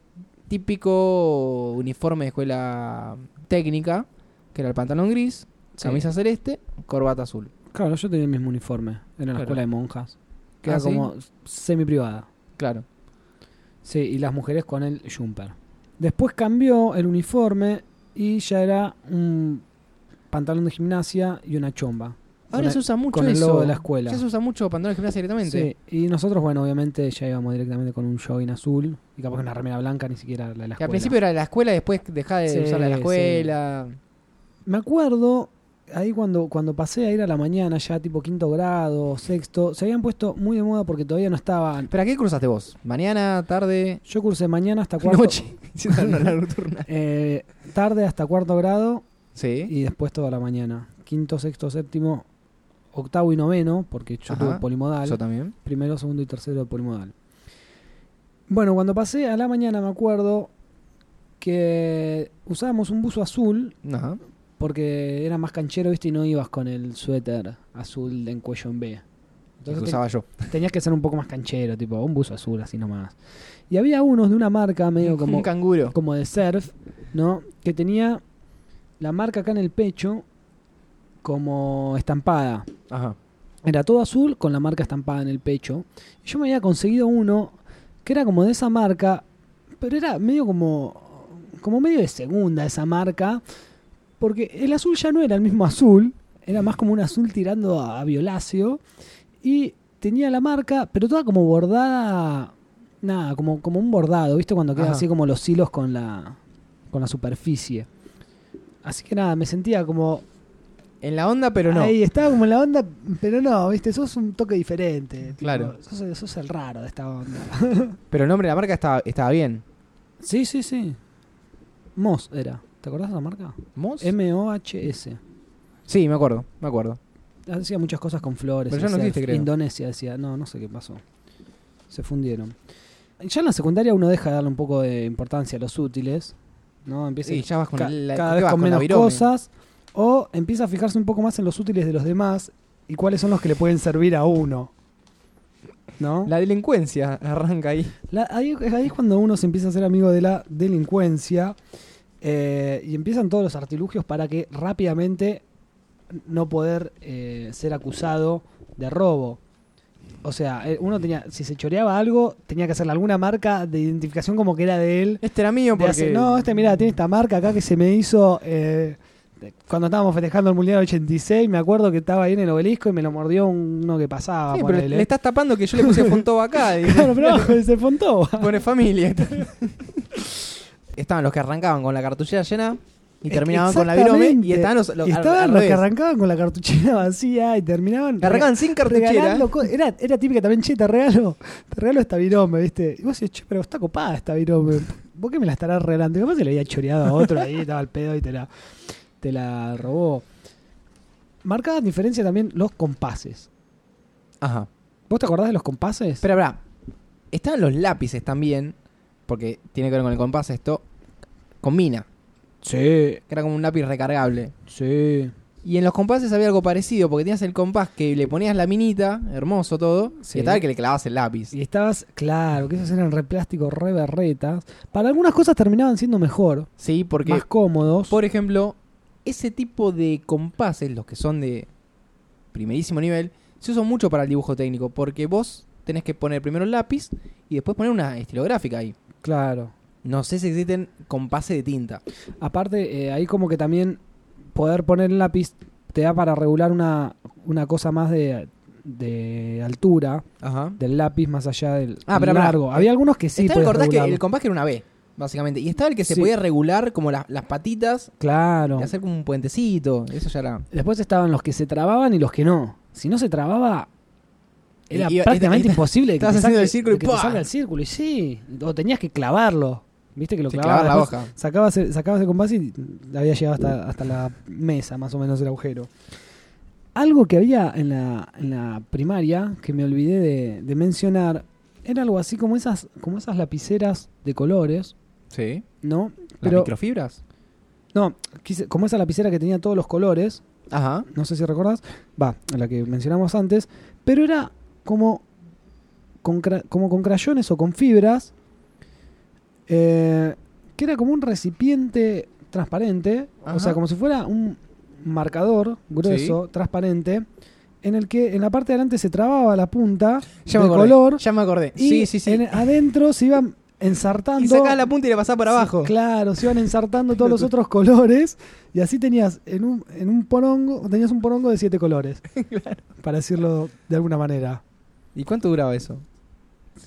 típico uniforme de escuela técnica, que era el pantalón gris, camisa celeste, corbata azul. Claro, yo tenía el mismo uniforme, era la Claro. escuela de monjas, que Ah, era ¿sí? como semi privada. Claro. Sí, y las mujeres con el jumper. Después cambió el uniforme y ya era un pantalón de gimnasia y una chomba. Ahora Con el- se usa mucho con el eso. logo de la escuela. Ya se usa mucho pantalón de gimnasia directamente. Sí, y nosotros, bueno, obviamente ya íbamos directamente con un jogging azul y capaz que una remera blanca, ni siquiera la de la Que escuela. al principio era de la escuela, después dejaba de Sí, usar la de la sí. escuela. Me acuerdo, ahí cuando, cuando pasé a ir a la mañana, ya tipo quinto grado, sexto, se habían puesto muy de moda porque todavía no estaban. ¿Pero a qué cruzaste vos? ¿Mañana, tarde, Yo cursé mañana [LAUGHS] [LAUGHS] hasta cuarto. noche? Hiciste una hora nocturna. eh, tarde hasta cuarto grado [LAUGHS] Sí. ¿Eh? y después toda la mañana. Quinto, sexto, séptimo, octavo y noveno, porque yo Ajá. tuve polimodal. Yo también. Primero, segundo y tercero de polimodal. Bueno, cuando pasé a la mañana me acuerdo que usábamos un buzo azul Ajá. porque era más canchero, ¿viste? Y no ibas con el suéter azul en cuello en B. Entonces Entonces te- usaba yo. tenías que ser un poco más canchero, tipo un buzo azul así nomás. Y había unos de una marca [LAUGHS] medio como un canguro. como de surf, ¿no? Que tenía la marca acá en el pecho como estampada. Ajá. Era todo azul con la marca estampada en el pecho. Y yo me había conseguido uno que era como de esa marca, pero era medio como como medio de segunda esa marca, porque el azul ya no era el mismo azul, era más como un azul tirando a, a violáceo y tenía la marca, pero toda como bordada, nada, como como un bordado, ¿viste? Cuando queda Ajá. así como los hilos con la con la superficie. Así que nada, me sentía como. En la onda, pero no. Ahí estaba como en la onda, pero no, viste, sos un toque diferente. tipo, Claro. sos, sos el raro de esta onda. Pero el nombre de la marca estaba, estaba bien. sí, sí, sí. Moss era. ¿Te acordás de la marca? ¿Moss? Em M-O-H-S. Sí, me acuerdo, me acuerdo. Hacía muchas cosas con flores. Pero ya no hacía existe, creo. Indonesia decía, no, no sé qué pasó. Se fundieron. Ya en la secundaria uno deja de darle un poco de importancia a los útiles, ¿no? Empieza Sí, ya vas con ca- la- cada ¿qué vez vas? con la menos virome. cosas o empieza a fijarse un poco más en los útiles de los demás y cuáles son los que le pueden servir a uno. ¿No? La delincuencia [LAUGHS] arranca ahí. La- ahí, ahí es cuando uno se empieza a ser amigo de la delincuencia eh, y empiezan todos los artilugios para que rápidamente no poder eh, ser acusado de robo. O sea, eh, uno tenía, si se choreaba algo, tenía que hacerle alguna marca de identificación como que era de él. Este era mío De [LAUGHS] porque... hace- no, este, mira, tiene esta marca acá que se me hizo eh, de- cuando estábamos festejando el Mundial 86. Me acuerdo que estaba ahí en el obelisco y me lo mordió uno que pasaba. Sí, ah, pero ponele. le estás tapando que yo le puse Fontoba acá. [LAUGHS] y- Claro, [LAUGHS] pero [LAUGHS] se fontó. Pone familia. estaban los que arrancaban con la cartuchera llena y terminaban con la virome. Exactamente. Y estaban los, los- Y al- estaban al los revés. que arrancaban con la cartuchera [LAUGHS] vacía y terminaban Que arrancaban sin cartuchera. regalando co- Era, era típica también, che, te regalo, te regalo esta virome, ¿viste? Y vos decís, che, pero está copada esta virome. [LAUGHS] ¿Por qué me la estarás regalando? Y capaz se la había choreado a otro ahí, estaba al pedo y te la, te la robó. Marcaban diferencia también los compases. Ajá. ¿Vos te acordás de los compases? Pero, espera. Estaban los lápices también. Porque tiene que ver con el compás esto. Con mina. sí, Que era como un lápiz recargable. sí. Y en los compases había algo parecido. Porque tenías el compás que le ponías la minita. Hermoso todo. Sí. Y estaba el que le clavabas el lápiz. Y estabas, claro, que esos eran re plásticos, re berretas. Para algunas cosas terminaban siendo mejor, Sí, porque. más cómodos. Por ejemplo, ese tipo de compases, los que son de primerísimo nivel, se usan mucho para el dibujo técnico, porque vos tenés que poner primero el lápiz y después poner una estilográfica ahí. Claro. No sé si existen compases de tinta. Aparte, eh, ahí como que también poder poner el lápiz te da para regular una, una cosa más de, de altura Ajá. del lápiz más allá del Ah, pero, pero, largo. Había algunos que sí Estaba el, podías cordás que, regularlo. el compás que era una B, básicamente. Y estaba el que se Sí. podía regular como la- las patitas Claro. y hacer como un puentecito. Eso ya era. Después estaban los que se trababan y los que no. Si no se trababa, era Y- y- prácticamente y- imposible que, te estabas haciendo saque- el círculo y que te ¡pua! salga el círculo. Y sí, o tenías que clavarlo. Viste que lo Sí, clavabas. clavar la después hoja. Mm. Sacabas el, sacabas el compás y había llegado hasta, hasta la mesa, más o menos el agujero. Algo que había en la, en la primaria que me olvidé de, de mencionar era algo así como esas, como esas lapiceras de colores, Sí. ¿no? Las Pero, microfibras. no, quise- como esa lapicera que tenía todos los colores, Ajá. no sé si recordás, va, a la que mencionamos antes, pero era como con, cra- como con crayones o con fibras, eh, que era como un recipiente transparente, Ajá. o sea, como si fuera un marcador grueso, transparente, en el que en la parte de adelante se trababa la punta Ya de me acordé. color Ya me acordé. y Sí, sí, sí. en- adentro se iban ensartando Y sacabas la punta y la pasabas para Sí, abajo. claro, se iban ensartando [LAUGHS] todos los otros colores y así tenías en un, en un porongo, tenías un porongo de siete [LAUGHS] colores. Para decirlo de alguna manera. ¿Y cuánto duraba eso?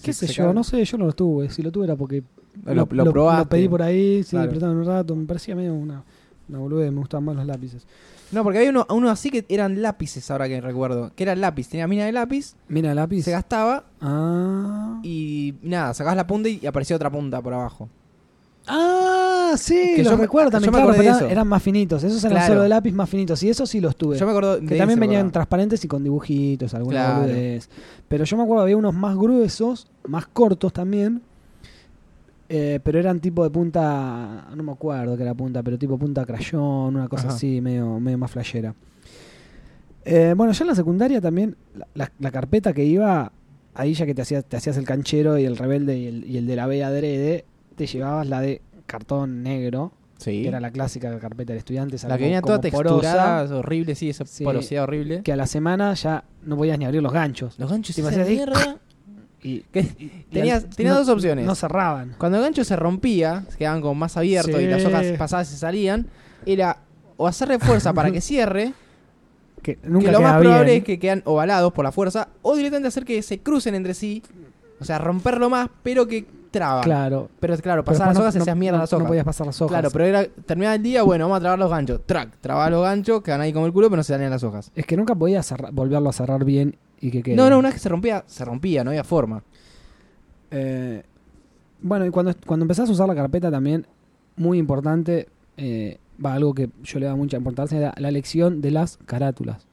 ¿Qué Se- sé se yo? acaba- No sé, yo no lo tuve. Si lo tuve era porque Lo, lo, probaste. pedí por ahí, sí, Claro. prestaban un rato. Me parecía medio una, una boludez, me gustaban más los lápices. No, porque había uno, uno así que eran lápices, ahora que recuerdo. Que era lápiz, tenía mina de lápiz, Mira, y lápiz. se gastaba Ah. y nada, sacabas la punta y aparecía otra punta por abajo. Ah, sí, Que los yo me- recuerdo también, yo me claro, acordé pero de eran- eso. eran más finitos. Esos eran Claro. solo de lápiz más finitos y esos sí los tuve. Yo me acuerdo de Que ese, también me venían acordaba. transparentes y con dibujitos, alguna Claro. boludez. Pero yo me acuerdo había unos más gruesos, más cortos también. eh, pero eran tipo de punta, no me acuerdo que era punta, pero tipo punta crayón, una cosa Ajá. así, medio, medio más flashera. Eh, bueno, ya en la secundaria también, la, la- la carpeta que iba, ahí ya que te hacías, te hacías el canchero y el rebelde y el, y el de la B adrede, te llevabas la de cartón negro, Sí. que era la clásica carpeta del estudiante. esa La que como- venía toda como porosa, texturada, horrible, sí, esa Sí. porosidad horrible. que a la semana ya no podías ni abrir los ganchos. Los ganchos Te esa hacías así, mierda. Y que tenías tenías no- dos opciones. no cerraban. Cuando el gancho se rompía, se quedaban como más abiertos Sí. y las hojas pasadas se salían, era o hacerle fuerza [LAUGHS] para que cierre, Que nunca que lo más quedaba probable bien. es que quedan ovalados por la fuerza, o directamente hacer que se crucen entre sí, o sea, romperlo más, pero que traba. Claro. Pero claro, Pero después pasar las no- hojas no- hacías mierda no- las hojas. No podías pasar las hojas. Claro, pero era terminaba el día, bueno, vamos a trabar los ganchos. Track, trababa los ganchos, que ahí como el culo, pero no se dañan las hojas. Es que nunca podías cerrar- volverlo a cerrar bien y que quede. No, no, una vez que se rompía, se rompía, no había forma. Eh, bueno, y cuando, cuando empezás a usar la carpeta también, muy importante, eh, va algo que yo le daba mucha importancia, era la elección de las carátulas.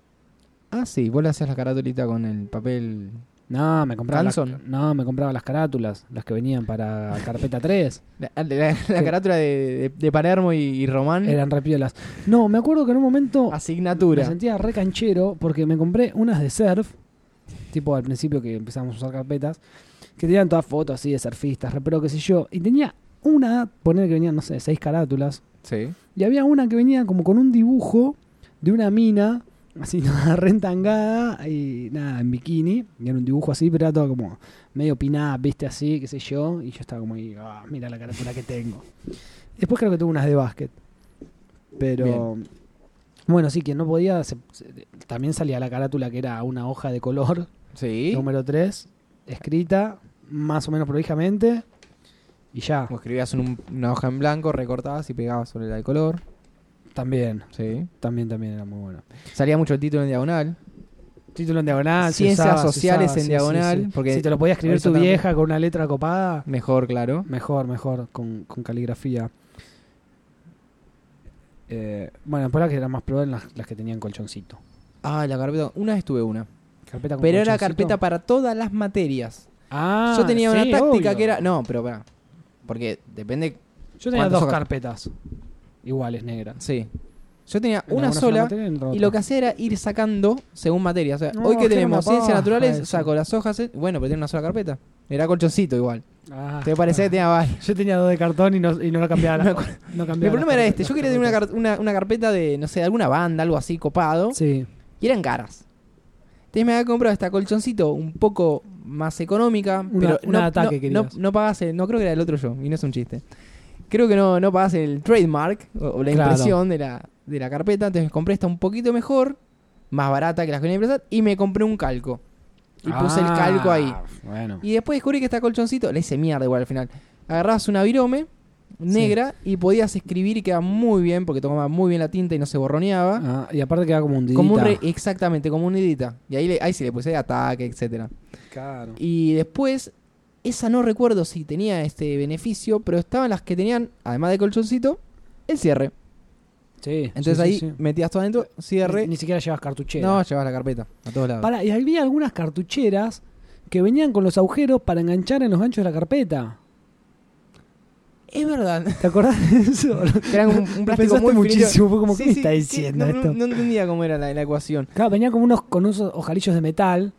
Ah, sí, vos le hacías la caratulita con el papel. No, me compraba, las- Hanson. no, me compraba las carátulas, las que venían para carpeta [LAUGHS] 3. La, la- la- la carátula de, de- de Palermo y, y Román. Eran repiolas. No, me acuerdo que en un momento me asignatura. sentía re canchero porque me compré unas de surf, tipo al principio que empezamos a usar carpetas, que tenían todas fotos así de surfistas, repero qué sé yo, y tenía una, poner que venían, no sé, seis carátulas, Sí. Y había una que venía como con un dibujo de una mina, así [LAUGHS] toda rentangada y nada, en bikini. Y era un dibujo así, pero era todo como medio pinada, viste así, qué sé yo. Y yo estaba como ahí, "Ah, mira la carátula que tengo. Después creo que tuve unas de básquet. Pero. Bueno, sí, quien no podía, se- se- también salía la carátula que era una hoja de color, Sí. número 3, escrita más o menos prolijamente. Y ya, Como escribías en un- una hoja en blanco, recortabas y pegabas sobre el color. también, Sí. también, también era muy bueno. Salía mucho el título en diagonal. Título en diagonal. se Ciencias usaba, se sociales usaba, en sí, diagonal, sí, sí. porque si te lo podía escribir ahorita tu también- vieja con una letra copada, Mejor, claro. mejor, mejor, con, con caligrafía. Eh, bueno, por las que eran más probables las, las que tenían colchoncito. Ah, la carpeta. Una vez tuve una. Carpeta con Pero era colchoncito. carpeta para todas las materias. Ah, Yo tenía una sí, táctica obvio. que era. No, pero pará. Porque depende. Yo tenía ¿Cuántas dos hojas? carpetas iguales, negras. Sí. Yo tenía En una algunas sola. materia, en Y otra. lo que hacía era ir sacando según materia. O sea, No, hoy qué que tenemos una ciencias paja naturales, eso. saco las hojas. eh, Bueno, pero tiene una sola carpeta. Era colchoncito igual. Ah, [LAUGHS] Te parecía que tenía varias. Yo tenía dos de cartón y no, y no lo cambiaba. la- [LAUGHS] no cambiaba Me Mi las problema era carpe- este. las Yo quería tener una, carpetas. car- una, una carpeta de, no sé, de alguna banda, algo así copado. Sí, Y eran caras. Entonces me había comprado esta colchoncito un poco más económica. Una- pero un no, ataque no- querías. no- no pagás el- no creo que era el otro yo, y no es un chiste. Creo que no, no pagás el trademark o, o la Claro. impresión de la, de la carpeta. Entonces compré esta un poquito mejor, más barata que las que venía impresas, y me compré un calco. Y puse el Ah, calco ahí. Bueno. Y después descubrí que esta colchoncito, le hice mierda igual al final. Agarrabas una virome negra y podías escribir y quedaba muy bien porque tomaba muy bien la tinta y no se borroneaba. Ah, y aparte quedaba como un Como un re- dedita. exactamente, como un edita. Y ahí, le- ahí sí le puse ataque, etcétera. Claro. Y después, esa no recuerdo si tenía este beneficio, pero estaban las que tenían, además de colchoncito, el cierre. Sí. Entonces sí, ahí sí, sí. metías todo adentro, cierre. Ni, ni siquiera llevas cartuchera. no, llevabas la carpeta a todos lados. Pará, y había algunas cartucheras que venían con los agujeros para enganchar en los ganchos de la carpeta. Es verdad. ¿Te acordás de [LAUGHS] eso? Era [LAUGHS] un, un plástico Pensaste muy finito. muchísimo, fue como, Sí, ¿qué me sí, está sí, diciendo no, no- esto? No, entendía cómo era la, la ecuación. Claro, venían como unos con unos ojalillos de metal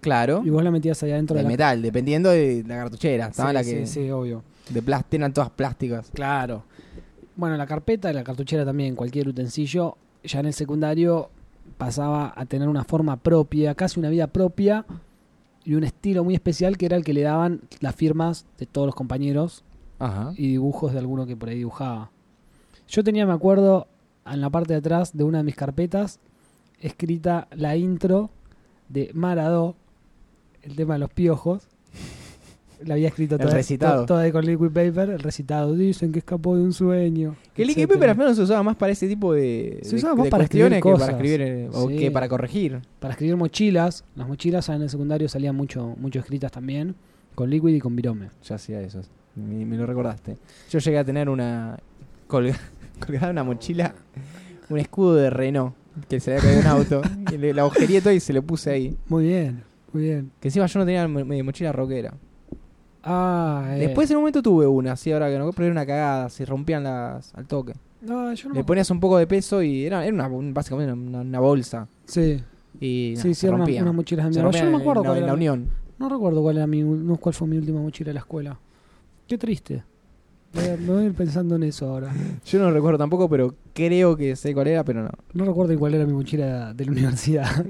Claro. y vos la metías allá adentro De de la metal, dependiendo de la cartuchera. Estaba Sí, la sí, que sí, obvio. de plástico, eran todas plásticas. Claro. Bueno, la carpeta, la cartuchera también, cualquier utensilio, ya en el secundario pasaba a tener una forma propia, casi una vida propia y un estilo muy especial que era el que le daban las firmas de todos los compañeros Ajá. y dibujos de alguno que por ahí dibujaba. Yo tenía, me acuerdo, en la parte de atrás de una de mis carpetas, escrita la intro de Maradó, el tema de los piojos. La había escrito El toda, recitado. to- toda ahí con liquid paper, el recitado. Dicen que escapó de un sueño. Que Licky etcétera. Paper al menos se usaba más para ese tipo de, Se de- usaba de más para cuestiones escribir que para cosas. escribir eh, o Sí. que para corregir. Para escribir mochilas, las mochilas ya en el secundario salían mucho, mucho escritas también, con liquid y con virome. Yo hacía eso. Me, me lo recordaste. Yo llegué a tener una colga- [LAUGHS] colgada en una mochila, un escudo de Renault que se le [LAUGHS] había caído en un auto. y le, la agujería todo y se lo puse ahí. Muy bien, muy bien. Que encima yo no tenía mo- mi mochila rockera. Ah, eh. Después en un momento tuve una, así ahora que no, pero era una cagada, se rompían las al toque. No, yo no me Le ponías un poco de peso y era, era una, un- básicamente una, una bolsa. acuerdo. Sí, Y nah, sí, se sí, eran unas, rompía. unas mochilas de Se mierda. rompía Yo no me en- acuerdo en la- cuál en era la mi- unión. No recuerdo cuál era mi, no, cuál fue mi última mochila de la escuela. Qué triste. Voy a- Me voy a ir pensando en eso ahora. Yo no recuerdo tampoco, pero creo que sé cuál era, pero no. No recuerdo cuál era mi mochila de la [LAUGHS] universidad.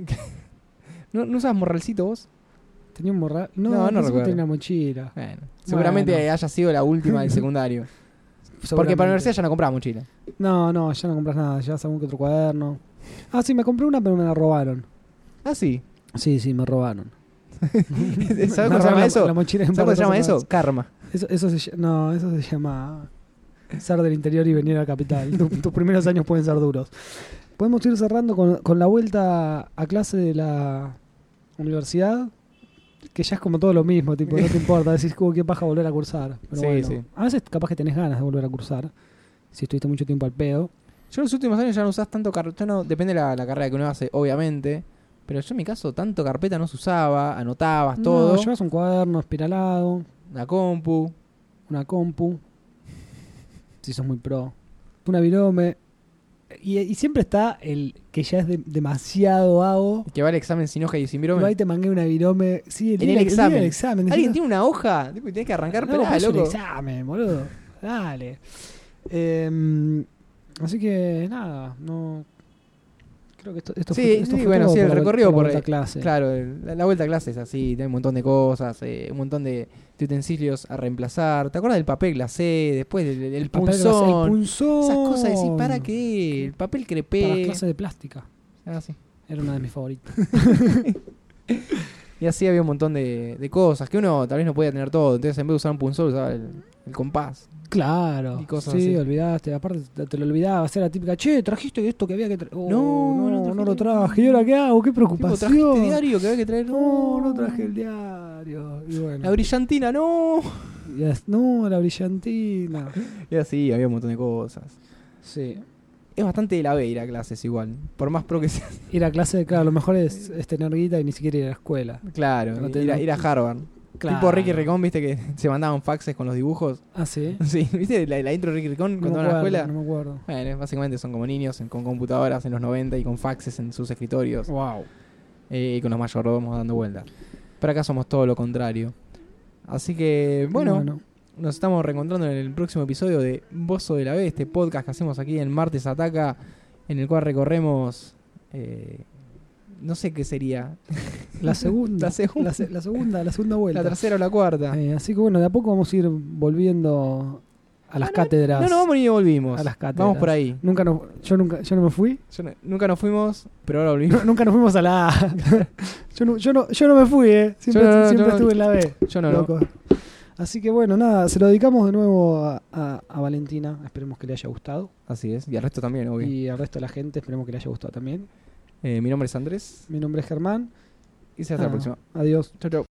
¿No, no usabas morralcito vos? Tenía un morral. No, No, no no, recuerdo. recuerdo. Tenía una mochila. Bueno, seguramente Bueno. haya sido la última [LAUGHS] del secundario. Porque Seguramente. para la universidad ya no compraba mochila. No, no, ya no compras nada. Ya algún que otro cuaderno. Ah, sí, me compré una, pero me la robaron. Ah, [LAUGHS] sí. Sí, sí, me robaron. ¿Sabes Me [LAUGHS] cómo se robaron llama la- eso? la mochila en ¿Sabes cómo se llama Parque eso? Paso Karma. Más. Eso, eso se, ll- no, eso se llama ser del interior y venir a la capital. Tu- tus primeros años pueden ser duros. Podemos ir cerrando con, con la vuelta a clase de la universidad, que ya es como todo lo mismo, tipo, no te importa, decís como qué paja volver a cursar. Pero Sí, bueno, sí. A veces capaz que tenés ganas de volver a cursar, si estuviste mucho tiempo al pedo. Yo en los últimos años ya no usás tanto carpeta. No, depende de la, la carrera que uno hace, obviamente. Pero yo en mi caso, tanto carpeta no se usaba. Anotabas todo. No, llevas un cuaderno espiralado, La compu. una compu. Si sos muy pro. Una virome. Y, y siempre está el que ya es de- demasiado hago. Que va el examen sin hoja y sin Yo ahí virome. te mangué una virome. Sí, el, En día- el examen. día del examen. ¿Alguien Decís, tiene una hoja? Tipo, y tenés que arrancar. "No, pero pero es un loco. examen, boludo. Dale. Em, así que, nada, no... Creo que esto, esto Sí, fue, esto sí, fue bueno, todo sí, el la vuel- recorrido la por- vuelta a clase. Claro, el- la, la vuelta a clases así, tiene un montón de cosas, eh, un montón de, de utensilios a reemplazar. ¿Te acuerdas del papel glacé? Después del, del Papel glacé, punzón. el punzón. Esas cosas, decís, ¿para qué? El papel Para crepé. clase de plástica. Ah, sí. Era una de mis favoritas. Y así había un montón de, de cosas que uno tal vez no podía tener todo. Entonces, en vez de usar un punzón, usaba el, el compás. Claro. Y cosas sí, así. olvidaste. Aparte te, te lo olvidabas. Era típica, che, trajiste esto que había que traer. No, no, no, no lo trajiste. traje. ¿Y ahora qué hago? Qué Tipo, preocupación. trajiste diario que había que traer. No, no traje el diario. Y bueno. La brillantina, no. y as- no, la brillantina. Y así, había un montón de cosas. Sí. Es bastante de la B ir a clases igual. Por más pro que sea. Ir a clase, de- claro, lo mejor es, es tener guita y ni siquiera ir a la escuela. Claro, No te- ir, a, ir a Harvard. Claro. Tipo Ricky Ricón, viste que [LAUGHS] se mandaban faxes con los dibujos. [LAUGHS] Ah, sí. Sí, viste la, la intro de Ricky Ricón No cuando me van a la acuerdo, escuela. No me acuerdo. Bueno, básicamente son como niños en- con computadoras en los 90 y con faxes en sus escritorios. Wow. eh, y con los mayordomos dando vueltas. Pero acá somos todo lo contrario. Así que, bueno, nos estamos reencontrando en el próximo episodio de Bozo de la B, este podcast que hacemos aquí en Martes Ataca, en el cual recorremos. eh, no sé qué sería. [LAUGHS] la segunda. La segunda. se- la segunda, la segunda vuelta. La tercera o la cuarta. Eh, así que bueno, de a poco vamos a ir volviendo a las cátedras. Ah, No, no, vamos ni volvimos. A las cátedras. Vamos por ahí. Nunca nos- yo nunca, yo no me fui. [LAUGHS] Yo no- nunca nos fuimos, pero ahora volvimos. No, nunca nos fuimos a [LAUGHS] la A. yo, no, yo, no, yo no me fui, eh. Siempre, Yo no, no, siempre yo no. estuve en la B. Yo no, no. loco. Así que bueno, nada, se lo dedicamos de nuevo a, a- a Valentina. Esperemos que le haya gustado. Así es. Y al resto también, obvio. Y al resto de la gente, esperemos que le haya gustado también. Eh, mi nombre es Andrés. Mi nombre es Germán. Y será hasta Ah, la próxima. Adiós. Chau, chau.